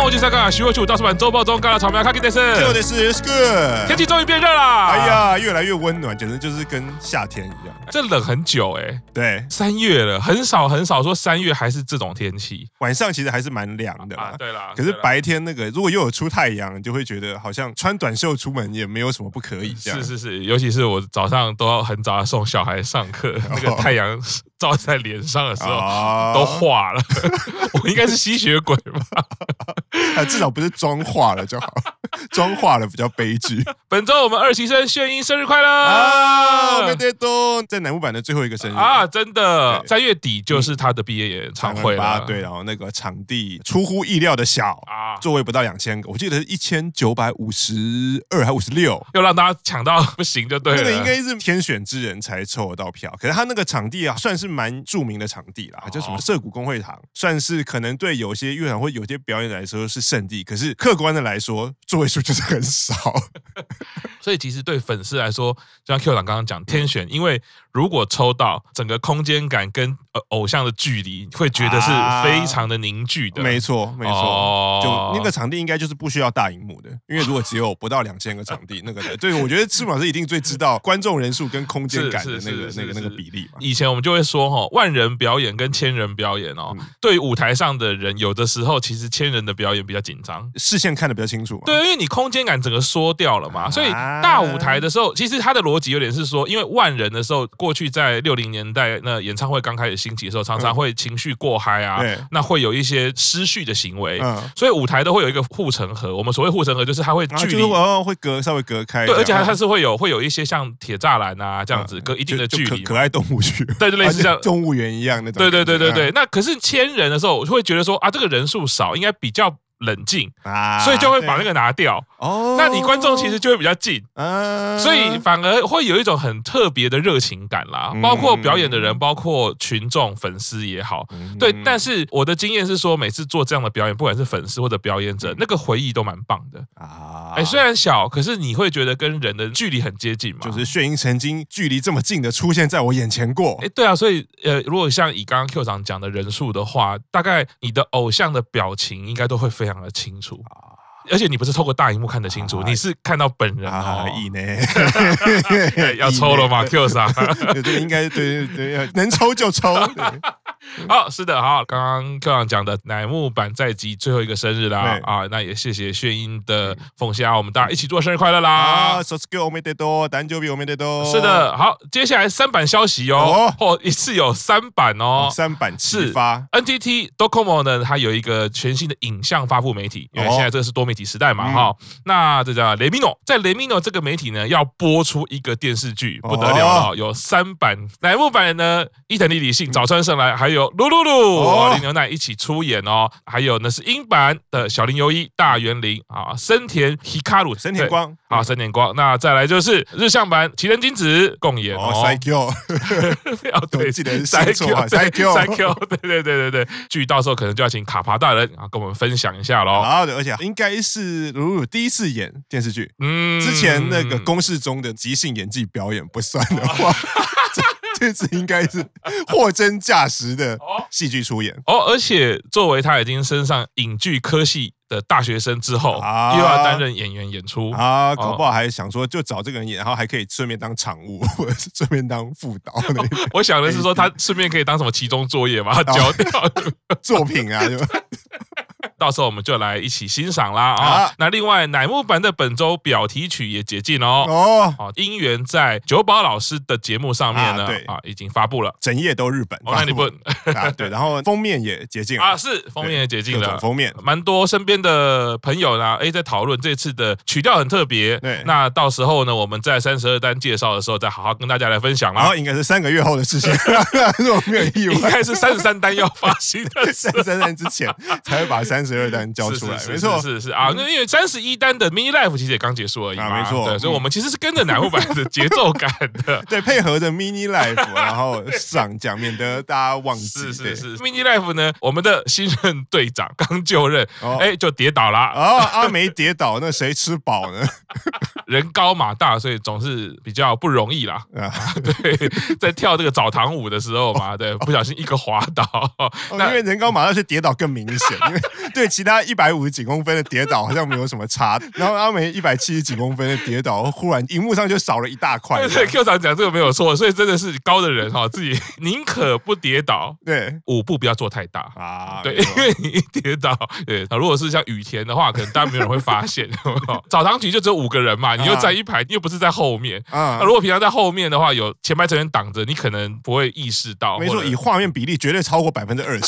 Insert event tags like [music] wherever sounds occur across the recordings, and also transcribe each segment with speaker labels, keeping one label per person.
Speaker 1: 国际赛刚徐汇区五大出版周报中，干了草莓卡基德森。
Speaker 2: 这的是 s good。
Speaker 1: 天气终于变热了，
Speaker 2: 哎，呀，越来越温暖，简直就是跟夏天一样。
Speaker 1: 这冷很久哎、
Speaker 2: 对，
Speaker 1: 三月了，很少很少说三月还是这种天气
Speaker 2: 晚上其实还是蛮凉的啦
Speaker 1: 啊。。对啦，
Speaker 2: 可是
Speaker 1: 对啦
Speaker 2: 白天那个如果又有出太阳，你就会觉得好像穿短袖出门也没有什么不可以这样。
Speaker 1: 是是是，尤其是我早上都要很早送小孩上课，那
Speaker 2: 哦
Speaker 1: 个太阳照在脸上的时候。
Speaker 2: 啊
Speaker 1: 哦都化了，我应该是吸血鬼吧？
Speaker 2: [laughs] 啊，至少不是妆化了就好， [laughs] 妆化了比较悲
Speaker 1: [laughs]
Speaker 2: 剧。
Speaker 1: 本周我们二期生炫英生日快乐
Speaker 2: 啊，没得多，在南木版的最后一个生日
Speaker 1: 啊！真的，
Speaker 2: 对
Speaker 1: 三月底就是他的毕业演唱会啊
Speaker 2: 吧，
Speaker 1: 了，
Speaker 2: 对，然后那个场地出乎意料的小，
Speaker 1: 啊，
Speaker 2: 座位不到两千个，我记得是一千九百五十二还五十六。
Speaker 1: 又让大家抢到不行就对啊了，
Speaker 2: 那个应该是天选之人才抽得到票，可是他那个场地啊，算是蛮著名的场地啦，
Speaker 1: 哦
Speaker 2: 叫什么涩谷工会堂，算是可能对有些乐团或有些表演来说是圣地，可是客观的来说，座位数就是很少。
Speaker 1: 所以其实对粉丝来说，就像 Q 长刚刚讲天
Speaker 2: 嗯
Speaker 1: 选，因为如果抽到，整个空间感跟呃偶像的距离，会觉得是非常的凝聚的。
Speaker 2: 啊没错，没错。
Speaker 1: 啊哦
Speaker 2: 就那个场地应该就是不需要大荧幕的，因为如果只有不到两千个场地，那个对，我觉得赤木老师一定最知道观众人数跟空间感
Speaker 1: 是
Speaker 2: 的
Speaker 1: 是
Speaker 2: 那个
Speaker 1: 是
Speaker 2: 那个
Speaker 1: 是
Speaker 2: 那个
Speaker 1: 是
Speaker 2: 比例嘛。
Speaker 1: 以前我们就会说哈、万人表演跟千人表演哦，
Speaker 2: 嗯
Speaker 1: 对于舞台上的人，有的时候其实千人的表演比较紧张。
Speaker 2: 视线看得比较清楚嘛。
Speaker 1: 对，因为你空间感整个缩掉了
Speaker 2: 啊
Speaker 1: 嘛，所以大舞台的时候，其实它的逻辑有点是说，因为万人的时候，过去在六零年代那演唱会刚开始兴起的时候，常常会情绪过嗨啊，
Speaker 2: 嗯对
Speaker 1: 那会有一些失序的行为，
Speaker 2: 嗯，
Speaker 1: 所以舞台都会有一个护城河。我们所谓护城河，就是它会
Speaker 2: 然后
Speaker 1: 距
Speaker 2: 就
Speaker 1: 离
Speaker 2: 是哦会隔稍微隔开
Speaker 1: 对，
Speaker 2: 这样，
Speaker 1: 而且它它是会有会有一些像铁栅栏啊这样子
Speaker 2: 嗯
Speaker 1: 隔一定的
Speaker 2: 就
Speaker 1: 距
Speaker 2: 就
Speaker 1: 离
Speaker 2: 可可
Speaker 1: 嘛。
Speaker 2: 爱动物区，
Speaker 1: 对就类似
Speaker 2: 啊
Speaker 1: 像
Speaker 2: 动物园一样那种
Speaker 1: 对
Speaker 2: 感觉。
Speaker 1: 对对对对
Speaker 2: 嗯，，
Speaker 1: 那可是千人的时候，我会觉得说啊，这个人数少，应该比较冷静，
Speaker 2: 啊
Speaker 1: 所以就会把那
Speaker 2: 个
Speaker 1: 个拿掉。
Speaker 2: 哦，
Speaker 1: 那你观众其实就会比较近，
Speaker 2: 啊
Speaker 1: 所以反而会有一种很特别的热情感啦
Speaker 2: 嗯，
Speaker 1: 包括表演的人，包括群众、粉丝也好。
Speaker 2: 嗯
Speaker 1: 对，但是我的经验是说，每次做这样的表演，不管是粉丝或者表演
Speaker 2: 嗯
Speaker 1: 者，那个回忆都蛮棒的。
Speaker 2: 啊，
Speaker 1: 哎，虽然小，可是你会觉得跟人的距离很接近嘛？
Speaker 2: 就是炫英曾经距离这么近的出现在我眼前过
Speaker 1: 哎，对啊，所以呃，如果像以刚刚 Q 长讲的人数的话，大概你的偶像的表情应该都会非常的清楚，
Speaker 2: 啊
Speaker 1: 而且你不是透过大荧幕看得清楚，
Speaker 2: 啊
Speaker 1: 你是看到本人
Speaker 2: 啊
Speaker 1: 哦。，
Speaker 2: 以呢
Speaker 1: 哎， [laughs] 要抽了吗？Q 长。
Speaker 2: [laughs] 对对，应该对对对，能抽就抽。
Speaker 1: [laughs] 啊
Speaker 2: 对
Speaker 1: 好，是的，好，刚刚科长讲的乃木坂在即最后一个生日啦
Speaker 2: 对，
Speaker 1: 啊，那也谢谢炫英的奉献啊，我们大家一起祝生日快乐啦
Speaker 2: 啊，。手机我没得多，单就比我没得多。
Speaker 1: 是，的，好，接下来三版消息哦，哦，一次有三版哦。
Speaker 2: 三版齐
Speaker 1: 是
Speaker 2: 发。
Speaker 1: NTT Docomo 呢，它有一个全新的影像发布媒体，因为
Speaker 2: 哦嗯
Speaker 1: 现在这个是多媒体时代嘛，哈、那这叫 Lemino，在 Lemino 这个媒体呢，要播出一个电视剧，不得了了，
Speaker 2: 哦
Speaker 1: 有三版，乃木坂呢，伊藤莉莉杏、早川胜来，还有露露露、
Speaker 2: 哦
Speaker 1: 林牛奶一起出演哦，还有呢是英版的小林由一、大园林啊、森田 Hikaru、
Speaker 2: 森田光
Speaker 1: 对。啊，森田光，那再来就是日向版齐藤金子共演
Speaker 2: 哦
Speaker 1: 哦，
Speaker 2: 塞 Q，
Speaker 1: [laughs] 哦，对，
Speaker 2: 我记得是
Speaker 1: 塞
Speaker 2: 星座啊
Speaker 1: Q，对
Speaker 2: 塞 Q
Speaker 1: 塞 Q，对对对对对，剧到时候可能就要请卡帕大人啊跟我们分享一下
Speaker 2: [laughs]
Speaker 1: 喽。
Speaker 2: 然后的，而且应该是鲁鲁第一次演电视剧，
Speaker 1: 嗯
Speaker 2: 之前那个公式中的即兴演技表演不算的话， [laughs] 这这次应该是货真价实的戏剧出演。
Speaker 1: 哦，而且作为他已经升上影剧科系的大学生之后，
Speaker 2: 啊
Speaker 1: 又要担任演员演出。
Speaker 2: 啊，搞不好还想说就找这个人演，然后还可以顺便当场务， [laughs] 或者是顺便当副导的
Speaker 1: 我想的是
Speaker 2: 哎
Speaker 1: 说，他顺便可以当什么期中作业把它交 [laughs] 掉。
Speaker 2: 作品啊，就
Speaker 1: 到时候我们就来一起欣赏啦
Speaker 2: 啊
Speaker 1: 啊！那另外，乃木坂的本周表题曲也解禁 [laughs] 哦。
Speaker 2: 哦，
Speaker 1: 哦，音源在久保老师的节目上面呢
Speaker 2: 啊对，
Speaker 1: 啊，已经发布了。
Speaker 2: 整页都日本。
Speaker 1: 哦，那你不
Speaker 2: [laughs] 啊？对，然后封面也接近
Speaker 1: 啊，
Speaker 2: 了，
Speaker 1: 是封面也解禁
Speaker 2: 各
Speaker 1: 了啊
Speaker 2: 种。封面。
Speaker 1: 蛮多身边的朋友啦，哎，在讨论这次的曲调很特别。
Speaker 2: 对
Speaker 1: 那到时候呢，我们在三十二单介绍的时候，再好好跟大家来分享
Speaker 2: 然
Speaker 1: 啦
Speaker 2: 后。应该是三个月后
Speaker 1: [laughs]
Speaker 2: 的事情， [laughs] 如果没啊有啊意
Speaker 1: 应 [laughs]
Speaker 2: 外，
Speaker 1: 该是三十三单要发行的时
Speaker 2: 三三三之前才会把三十二单 [laughs] 交
Speaker 1: 候，
Speaker 2: 出来，
Speaker 1: 是
Speaker 2: 没
Speaker 1: 是
Speaker 2: 错嗯
Speaker 1: 是。是是啊，那因为三十一单的 mini life 其实也刚结束而已嘛，
Speaker 2: 啊没错。
Speaker 1: 对，所以我们其实是跟着乃木坂的节奏感的
Speaker 2: 对，配合着 mini life，然后上架，免得大家忘记。
Speaker 1: [laughs] 是是
Speaker 2: 对。
Speaker 1: 是，mini life 呢，我们的新任队长刚就任，
Speaker 2: 哦
Speaker 1: 哎，就跌倒啦，
Speaker 2: 哦，阿梅跌倒，那谁吃饱呢？
Speaker 1: 人高马大，所以总是比较不容易啦。
Speaker 2: 啊，
Speaker 1: [laughs]
Speaker 2: 哦
Speaker 1: 对，在跳这个澡堂
Speaker 2: [laughs]
Speaker 1: 舞的时候嘛，对，不小心一个滑倒，
Speaker 2: 哦因
Speaker 1: 那
Speaker 2: 为人高马大是跌倒更明显，因为对其他一百五十几公分的跌倒好像没有什么差，然后阿美一百七十几公分的跌倒，忽然荧幕上就少了一大块
Speaker 1: 对。对，Q 长讲这个没有错，所以真的是高的人哈、自己宁可不跌倒，
Speaker 2: 对
Speaker 1: 舞步不要做太大。
Speaker 2: 啊，
Speaker 1: 对，
Speaker 2: 没错
Speaker 1: 因为你一跌倒，对，那如果是像雨田的话，可能大家没有人会发现。 [laughs] 有没有澡堂局就只有五个人嘛，你又站一排，你又不是在后面。
Speaker 2: 啊
Speaker 1: 那如果平常在后面的话，有前排成员挡着，你可能不会意识到。
Speaker 2: 没
Speaker 1: 或
Speaker 2: 错，
Speaker 1: 者
Speaker 2: 以画面比例绝对超过百分之二十。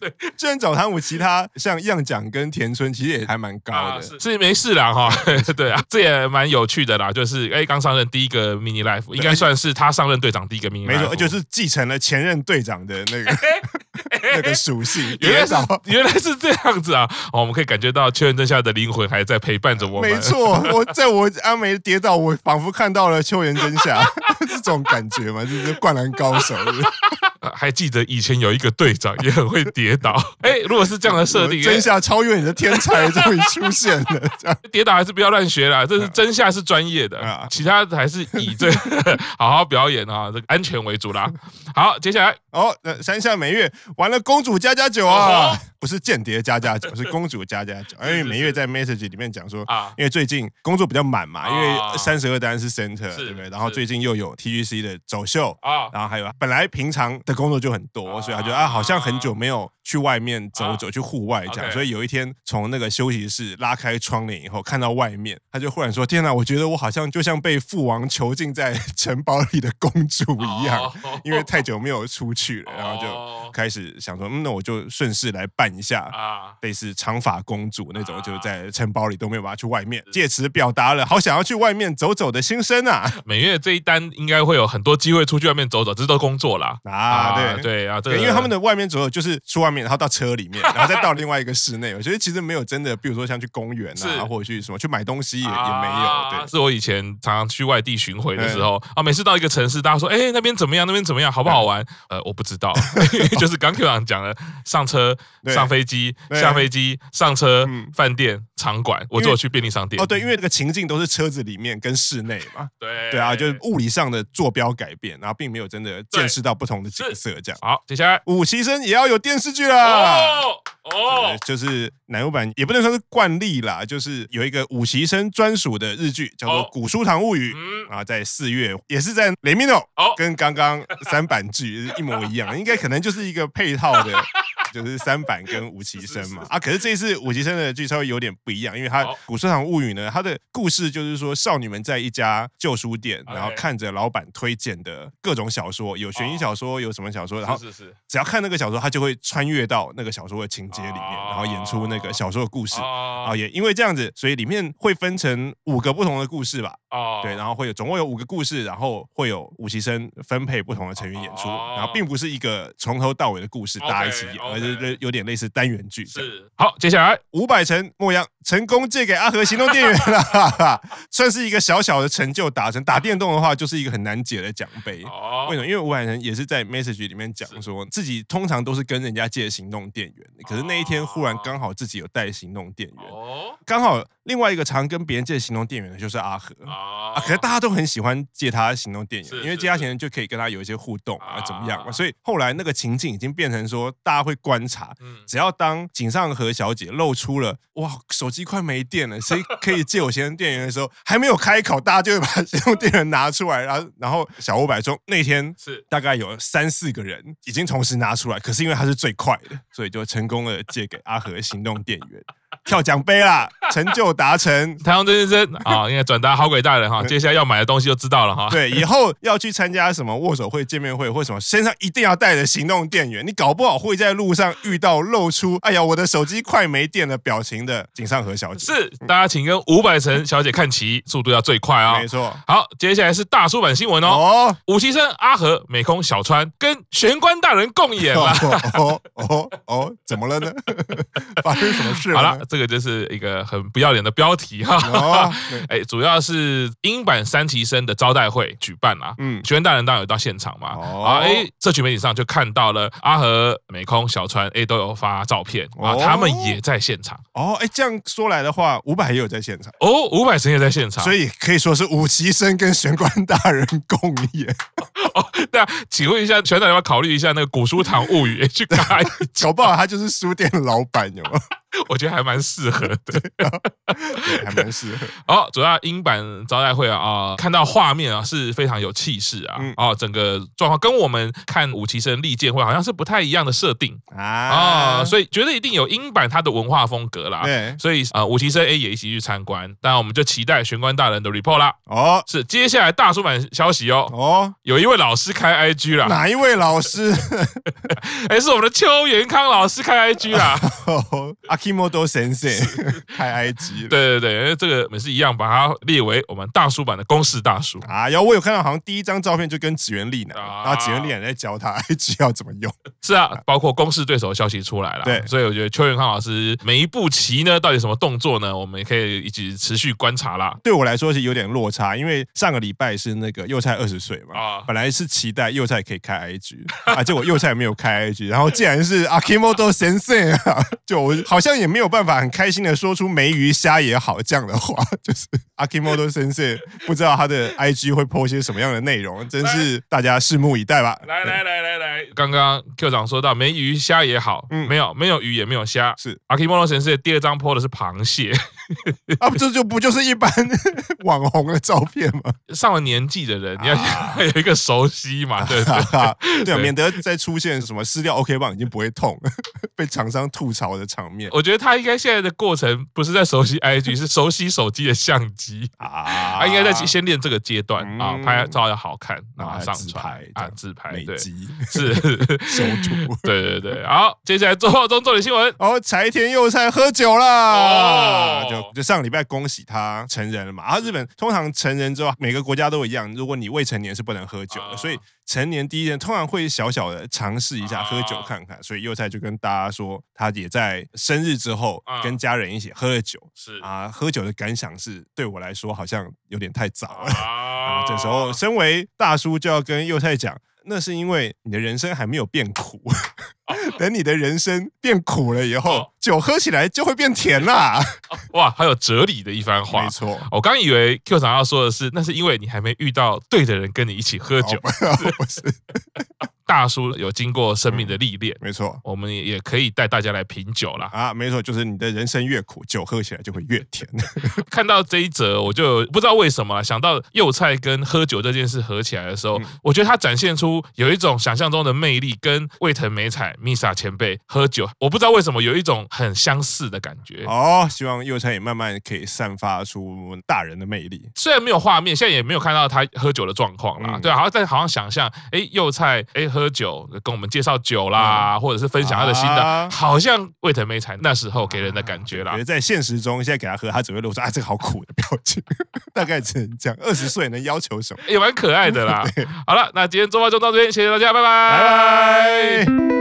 Speaker 2: [laughs] 虽然澡堂舞其他像样奖跟田村其实也还蛮高
Speaker 1: 啊，
Speaker 2: 的，
Speaker 1: 是是没事啦哈， [laughs] 对
Speaker 2: [laughs]
Speaker 1: 啊，这也蛮有趣的啦，就是哎，刚上任第一个 mini life，应该算是他上任队长第一个 mini life，哦
Speaker 2: 没错，就是继承了前任队长的
Speaker 1: [laughs]
Speaker 2: 那个那个属性。
Speaker 1: 原来
Speaker 2: 跌
Speaker 1: 是
Speaker 2: 倒，
Speaker 1: [laughs] 原来是这样子啊！哦，我们可以感觉到确认真下的灵魂还在陪伴着我们。
Speaker 2: 没，错，我在我阿梅跌倒，我仿佛看到了秋元真
Speaker 1: [laughs]
Speaker 2: 夏这种感觉嘛，就是灌篮高手。是不是
Speaker 1: 呃还记得以前有一个队长也很会跌
Speaker 2: [laughs]
Speaker 1: 倒。哎，如果是这样的设定，
Speaker 2: 真夏超越你的天才终于出现
Speaker 1: [laughs]
Speaker 2: 了，这样
Speaker 1: 哎跌倒还是不要乱学啦，这是真下是专业的
Speaker 2: 啊，
Speaker 1: 其他还是以这
Speaker 2: [laughs]
Speaker 1: 个好好表演啊，这个安全为主啦。好，接下来
Speaker 2: 哦，那山下美月玩了公主加加酒
Speaker 1: 哦
Speaker 2: 啊，不是间谍
Speaker 1: [laughs]
Speaker 2: 加加酒，是公主加加酒。因为美月在 message 里面讲说。
Speaker 1: 啊，
Speaker 2: 因为最近工作比较满嘛，因
Speaker 1: 啊
Speaker 2: 为三十二单是 center，
Speaker 1: 是
Speaker 2: 对不对？然后
Speaker 1: 是
Speaker 2: 最近又有 TGC 的走秀，
Speaker 1: 啊
Speaker 2: 然后还有本来平常的工作就很多，所以他觉得啊，好像很久没有去外面走走，去户外这
Speaker 1: 啊 OK
Speaker 2: 样。所以有一天从那个休息室拉开窗帘以后，看到外面，他就忽然说：“天哪，我觉得我好像就像被父王囚禁在 [laughs] 城堡里的公主一样，
Speaker 1: 哦
Speaker 2: 因为太久没有出去了。”然后
Speaker 1: 哦
Speaker 2: 就开始想说：“嗯，那我就顺势来办一下。”
Speaker 1: 啊，
Speaker 2: 类似长发公主那种，
Speaker 1: 啊
Speaker 2: 就在城堡里都没有办法去外面，借此表达了好想要去外面走走的心声啊！
Speaker 1: 每月这一单应该会有很多机会出去外面走走，这是都工作啦。
Speaker 2: 啊，对
Speaker 1: 对啊，这个
Speaker 2: 对，因为他们的外面左右就是出外面，然后到车里
Speaker 1: [laughs]
Speaker 2: 面，然后再到另外一个室内。我觉得其实没有真的，比如说像去公园
Speaker 1: 是
Speaker 2: 啊，或者去什么去买东西也、
Speaker 1: 啊
Speaker 2: 也没有。对，
Speaker 1: 是我以前常常去外地巡回的时候啊，每次到一个城市，大家说：“哎、那边怎么样？那边怎么样？好不好
Speaker 2: [laughs]
Speaker 1: 玩？”呃，我不知道， [laughs] 因为就是刚 Q 长讲的，上车、
Speaker 2: 对
Speaker 1: 上飞机、
Speaker 2: 对
Speaker 1: 下飞机、上车
Speaker 2: 嗯、
Speaker 1: 饭店、场馆，我只有去便利商店。
Speaker 2: 哦，对，因为这个情境都是车子里面跟室内嘛，
Speaker 1: 对
Speaker 2: 对啊，就是物理上的坐标改变，然后并没有真的见识到不同的景色，这样。
Speaker 1: 好。接下来，
Speaker 2: 五期生也要有电视剧啦。
Speaker 1: 哦哦
Speaker 2: 对，啊就是男优版也不能说是惯例啦，就是有一个武习生专属的日剧，叫做
Speaker 1: 哦
Speaker 2: 《古书堂物语》
Speaker 1: 嗯
Speaker 2: 啊，在四月也是在雷米诺
Speaker 1: 哦，
Speaker 2: 跟刚刚三版剧一模一样，应该可能就是一个配套的， [laughs] 就是三版跟武棋生嘛啊。可是这一次武棋生的剧稍微有点不一样，因为它
Speaker 1: 哦
Speaker 2: 《古书堂物语》呢，它的故事就是说少女们在一家旧书店，然后
Speaker 1: OK
Speaker 2: 看着老板推荐的各种小说，有悬疑小说，有什么小说，然后
Speaker 1: 是是是
Speaker 2: 只要看那个小说，他就会穿越到那个小说的情节里面，
Speaker 1: 哦
Speaker 2: 然后演出那个小说的故事。啊，
Speaker 1: 哦
Speaker 2: 也因为这样子，所以里面会分成五个不同的故事吧，
Speaker 1: 哦
Speaker 2: 对，然后会有总共有五个故事，然后会有五习生分配不同的成员演出，
Speaker 1: 哦
Speaker 2: 然后并不是一个从头到尾的故事
Speaker 1: OK，
Speaker 2: 大家一起演，而
Speaker 1: OK
Speaker 2: 是有点类似单元剧这样。
Speaker 1: 是好。接下来，
Speaker 2: 五百城莫央成功借给阿和行动电源了， [laughs] 哈哈算是一个小小的成就达成。打电动的话，就是一个很难解的奖杯。
Speaker 1: 哦
Speaker 2: 为什么？因为五百人也是在 message 里面讲
Speaker 1: 是
Speaker 2: 说，自己通常都是跟人家借行动电源，可是那一天忽然刚好自己有带行动电源，
Speaker 1: 哦
Speaker 2: 刚好另外一个常跟别人借行动电源的就是阿和。
Speaker 1: 啊
Speaker 2: 啊，可是大家都很喜欢借他行动电源
Speaker 1: 是，
Speaker 2: 因为
Speaker 1: 是
Speaker 2: 借他行动就可以跟他有一些互动啊
Speaker 1: 啊，
Speaker 2: 怎么样嘛？所以后来那个情境已经变成说，大家会观察，
Speaker 1: 嗯
Speaker 2: 只要当井上和小姐露出了“哇，手机快没电了，谁可以借我行动电源”的时候，还没有开口，大家就会把行动电源拿出来，然后然后小五百说那天
Speaker 1: 是
Speaker 2: 大概有三四个人已经同时拿出来，可是因为他是最快的，所以就成功的借给阿和行动电源跳奖杯啦，成就达成。
Speaker 1: 台湾真先生啊，应该转达好鬼大人哈，接下来要买的东西就知道了哈。
Speaker 2: [laughs] 对，以后要去参加什么握手会、见面会或什么，身上一定要带着行动电源。你搞不好会在路上遇到露出“哎呀，我的手机快没电了”表情的井上和小姐。
Speaker 1: 是，大家请跟五百层小姐看齐，速度要最快啊、
Speaker 2: 没
Speaker 1: 哦。
Speaker 2: 错。
Speaker 1: 好，接下来是大叔版新闻哦。
Speaker 2: 哦，
Speaker 1: 武崎生、阿和、美空、小川跟玄关大人共演了。
Speaker 2: 哦哦哦哦哦，怎么了呢？发生什么事 [laughs]
Speaker 1: 好
Speaker 2: 了
Speaker 1: 了
Speaker 2: 呢？，
Speaker 1: 这这个就是一个很不要脸的标题哈。
Speaker 2: 哦，对
Speaker 1: [laughs] 哎，主要是英版三旗生的招待会举办啦、
Speaker 2: 嗯，
Speaker 1: 学员大人当然有到现场嘛，
Speaker 2: 哦
Speaker 1: 啊，哎，社群媒体上就看到了阿和、美空、小川，哎，都有发照片啊，
Speaker 2: 哦
Speaker 1: 他们也在现场
Speaker 2: 哦，哎，这样说来的话，伍佰也有在现场，
Speaker 1: 哦，伍佰神也在现场，
Speaker 2: 所
Speaker 1: 以
Speaker 2: 以可以说是武其生跟玄关大人共演，
Speaker 1: 哦 [laughs] 那请问一下，全长要不要考虑一下那个古书堂物语 [laughs] 去看一集？
Speaker 2: 搞不好他就是书店老板，有没有？
Speaker 1: 我觉得还蛮适合的。
Speaker 2: [laughs] 对还蛮适合。
Speaker 1: 哦，主要英版招待会啊、啊看到画面啊是非常有气势啊，
Speaker 2: 嗯
Speaker 1: 哦，整个状况跟我们看武崎生利剑会好像是不太一样的设定啊、
Speaker 2: 啊，
Speaker 1: 所以觉得一定有英版它的文化风格啦。
Speaker 2: 对，
Speaker 1: 所以啊，呃武崎生 A 也一起去参观，当然我们就期待玄关大人的 report 啦。
Speaker 2: 哦
Speaker 1: 是，接下来大叔版消息哦，
Speaker 2: 哦，
Speaker 1: 有一位老师开 IG 啦，
Speaker 2: 哪一位老师？
Speaker 1: 哎，是我们的邱元康老师开 IG [laughs] 啦。
Speaker 2: [laughs] 阿 Kimoto Sensei 开 IG 了。
Speaker 1: 啊对对对，因为这个我们是一样把它列为我们大叔版的公式大叔。
Speaker 2: 啊，然后我有看到，好像第一张照片就跟紫原丽男，
Speaker 1: 啊
Speaker 2: 然后紫原丽男在教他 IG 要怎么用。
Speaker 1: 是啊，包括公式对手的消息出来了，
Speaker 2: 对
Speaker 1: 所以我觉得邱元康老师每一步棋呢，到底什么动作呢，我们也可以一起持续观察啦。
Speaker 2: 对我来说是有点落差，因为上个礼拜是那个幼菜二十岁嘛，
Speaker 1: 啊
Speaker 2: 本来是期待幼菜可以开 IG 啊，结果幼菜没有开 IG，然后 [laughs] 竟然是 Akimoto Sensei 啊，就我好像也没有办法很开心的说出梅鱼虾也好这样的话，就是 Akimoto Sensei 不知道他的 IG 会 po 些什么样的内容，真是大家拭目以待吧。
Speaker 1: 来来来来来，刚刚 Q 长说到没鱼虾也好，
Speaker 2: 嗯
Speaker 1: 没有没有鱼也没有虾，
Speaker 2: 是
Speaker 1: 阿 k i m o n o 神社第二张 PO 的是螃蟹， [laughs]
Speaker 2: 啊，这就不就是一般 [laughs] 网红的照片
Speaker 1: [laughs]
Speaker 2: 吗？
Speaker 1: 上了年纪的
Speaker 2: 啊
Speaker 1: 人，你要有一个熟悉
Speaker 2: [laughs]
Speaker 1: 嘛，对不对？
Speaker 2: 对啊，免得再出现什么撕掉 OK 棒已经不会痛， [laughs] 被厂商吐槽的场面
Speaker 1: 我觉得他应该现在的过程不是在熟悉 IG，是熟悉手机的相机。
Speaker 2: 啊
Speaker 1: 他应该在先练这个阶段
Speaker 2: 嗯
Speaker 1: 啊，拍照要好看，然
Speaker 2: 啊
Speaker 1: 后上
Speaker 2: 自
Speaker 1: 传
Speaker 2: 拍这
Speaker 1: 啊，
Speaker 2: 样
Speaker 1: 自拍
Speaker 2: 美
Speaker 1: 对，
Speaker 2: 肌 [laughs]
Speaker 1: 是，
Speaker 2: 修图。
Speaker 1: 对对对。好，接下来周报中重点新闻，
Speaker 2: 然后哦柴田佑菜喝酒啦，
Speaker 1: 哦
Speaker 2: 就就上礼拜恭喜他成人了嘛。啊，日本通常成人之后，每个国家都一样，如果你未成年是不能喝酒的，
Speaker 1: 啊
Speaker 2: 所以成年第一天通常会小小的尝试一下
Speaker 1: 啊
Speaker 2: 喝酒看看。所以佑菜就跟大家说，他也在生日之后
Speaker 1: 啊
Speaker 2: 跟家人一起喝了酒，
Speaker 1: 是
Speaker 2: 啊，喝酒的感想是对我来说好像有点太早了。
Speaker 1: 啊
Speaker 2: 啊，这时候身为大叔就要跟幼菜讲，那是因为你的人生还没有变苦， [laughs] 等你的人生变苦了以
Speaker 1: 哦
Speaker 2: 后，酒喝起来就会变甜啦。
Speaker 1: 哇，还有哲理的一番话
Speaker 2: 没。错，
Speaker 1: 我刚以为 Q 长要说的是，那是因为你还没遇到对的人跟你一起喝
Speaker 2: 哦
Speaker 1: 酒。
Speaker 2: 不 [laughs] 是，
Speaker 1: 大叔有经过生命的历练，
Speaker 2: 没错
Speaker 1: 我们也也可以带大家来品酒啦。
Speaker 2: 啊，没错，就是你的人生越苦，酒喝起来就会越甜。
Speaker 1: 看到这一则，我就不知道为什么啦啊想到幼菜跟喝酒这件事合起来的时候，
Speaker 2: 嗯
Speaker 1: 我觉得它展现出有一种想象中的魅力，跟卫藤美彩、MISA 前辈喝酒，我不知道为什么有一种很相似的感觉。
Speaker 2: 哦，希望幼菜也慢慢可以散发出大人的魅力。
Speaker 1: 虽然没有画面，现在也没有看到他喝酒的状况啦，
Speaker 2: 嗯
Speaker 1: 对啊，好像但好像想象，哎，幼菜，哎，喝酒跟我们介绍酒啦，或者是分享他的心得，
Speaker 2: 啊
Speaker 1: 好像卫藤美彩那时候给人的感觉啦
Speaker 2: 觉。得在现实中，现在给他喝，他只会露出啊这个好苦的表情， [laughs] 大概只能这样。二十岁能要求什么？
Speaker 1: 也蛮可爱的啦。好了，那今天周报就到这边，谢谢大家，拜拜，
Speaker 2: 拜拜。